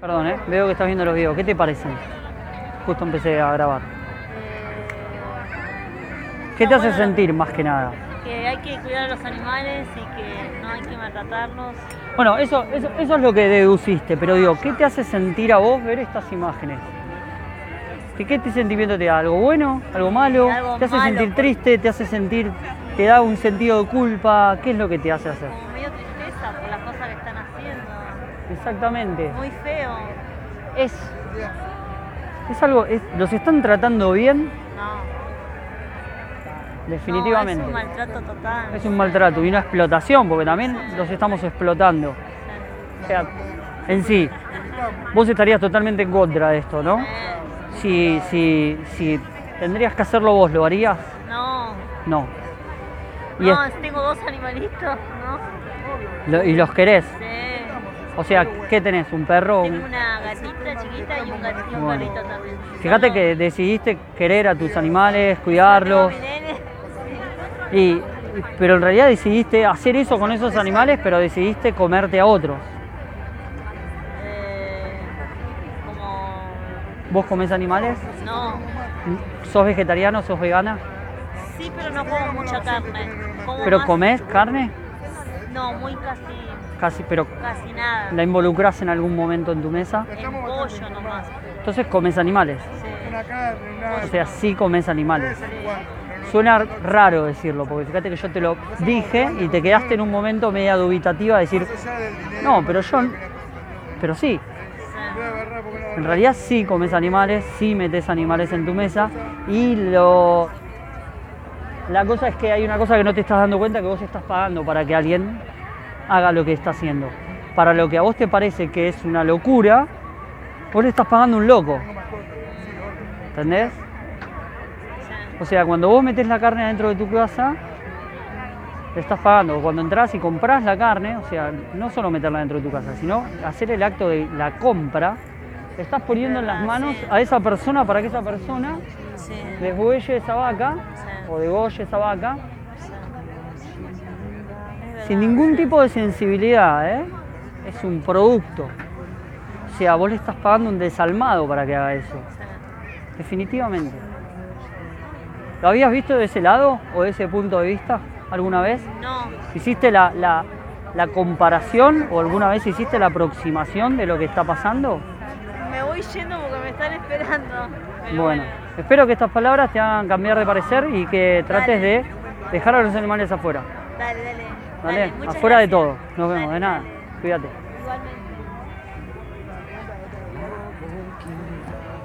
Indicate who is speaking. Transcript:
Speaker 1: Perdón, ¿eh? veo que estás viendo los videos. ¿Qué te parecen? Justo empecé a grabar. ¿Qué te
Speaker 2: Está
Speaker 1: hace
Speaker 2: bueno.
Speaker 1: sentir más que nada?
Speaker 2: Que hay que cuidar a los animales y que no hay que maltratarlos.
Speaker 1: Bueno, eso, eso, eso es lo que deduciste, pero digo, ¿qué te hace sentir a vos ver estas imágenes? ¿Qué, qué te sentimiento te da? ¿Algo bueno? ¿Algo malo?
Speaker 2: Algo
Speaker 1: ¿Te hace
Speaker 2: malo,
Speaker 1: sentir
Speaker 2: porque-
Speaker 1: triste? ¿Te hace sentir.? ¿Te da un sentido de culpa? ¿Qué es lo que te hace hacer?
Speaker 2: Como medio tristeza por las cosas que están haciendo.
Speaker 1: Exactamente.
Speaker 2: Muy feo.
Speaker 1: Es. Es algo. es- ¿Los están tratando bien?
Speaker 2: No.
Speaker 1: Definitivamente.
Speaker 2: No, es un maltrato total.
Speaker 1: Es un maltrato y una explotación, porque también los estamos explotando. O sea, en sí, vos estarías totalmente en contra de esto, ¿no?
Speaker 2: Eh,
Speaker 1: Si, si, si tendrías que hacerlo vos, ¿lo harías?
Speaker 2: no.
Speaker 1: No. Y,
Speaker 2: No,
Speaker 1: es-
Speaker 2: tengo dos animalitos, ¿no?
Speaker 1: lo- y los querés.
Speaker 2: Sí.
Speaker 1: O sea, ¿qué tenés? ¿Un perro?
Speaker 2: Tengo
Speaker 1: Un-
Speaker 2: una gatita chiquita y un gatito
Speaker 1: Bueno.
Speaker 2: perrito también.
Speaker 1: Fíjate
Speaker 2: No,
Speaker 1: que decidiste querer a tus animales,
Speaker 2: tengo
Speaker 1: cuidarlos,
Speaker 2: mi nene.
Speaker 1: y, pero en realidad decidiste hacer eso con esos animales, pero decidiste comerte a otros.
Speaker 2: Eh, como...
Speaker 1: ¿Vos comés animales?
Speaker 2: No.
Speaker 1: ¿Sos vegetariano? ¿Sos vegana?
Speaker 2: Sí, pero no como mucha carne. Como
Speaker 1: ¿Pero
Speaker 2: más-
Speaker 1: comés carne?
Speaker 2: No, muy casi,
Speaker 1: Casi, pero
Speaker 2: casi nada.
Speaker 1: la involucras en algún momento en tu mesa.
Speaker 2: El pollo nomás.
Speaker 1: Entonces comes animales.
Speaker 2: Sí.
Speaker 3: Una carne,
Speaker 1: O
Speaker 3: una...
Speaker 1: sea, sí comes animales.
Speaker 3: tres en cuatro, pero no-
Speaker 1: Suena raro decirlo, porque fíjate que yo te lo dije y te quedaste en un momento media dubitativa de decir,
Speaker 3: más allá del dinero,
Speaker 1: no, pero yo,
Speaker 3: mira, cosa,
Speaker 1: pero sí,
Speaker 3: no voy a agarrar porque no-
Speaker 1: en realidad sí comes animales, sí metes animales en tu mesa y lo... La cosa es que hay una cosa que no te estás dando cuenta que vos estás pagando para que alguien haga lo que está haciendo. Para lo que a vos te parece que es una locura, vos le estás pagando un loco. ¿Entendés? O sea, cuando vos metés la carne adentro de tu casa, le estás pagando. Cuando entras y compras la carne, o sea, no solo meterla dentro de tu casa, sino hacer el acto de la compra, le estás poniendo en las manos a esa persona para que esa persona
Speaker 2: Sí.
Speaker 1: deshuelle esa vaca o degolle esa vaca sin ningún tipo de sensibilidad, ¿eh? Es un producto. O sea, vos le estás pagando un desalmado para que haga eso. Definitivamente. ¿Lo habías visto de ese lado o de ese punto de vista alguna vez?
Speaker 2: No,
Speaker 1: ¿Hiciste la, la- la comparación o alguna vez hiciste la aproximación de lo que está pasando?
Speaker 2: me voy yendo porque me están esperando. Pero
Speaker 1: Bueno, espero que estas palabras te hagan cambiar de parecer y que trates de dejar a los animales afuera.
Speaker 2: Dale, dale.
Speaker 1: ¿Vale?
Speaker 2: dale, muchas
Speaker 1: Afuera de todo.
Speaker 2: gracias.
Speaker 1: Nos vemos,
Speaker 2: Dale,
Speaker 1: de nada.
Speaker 2: dale.
Speaker 1: Cuídate.
Speaker 2: Igualmente.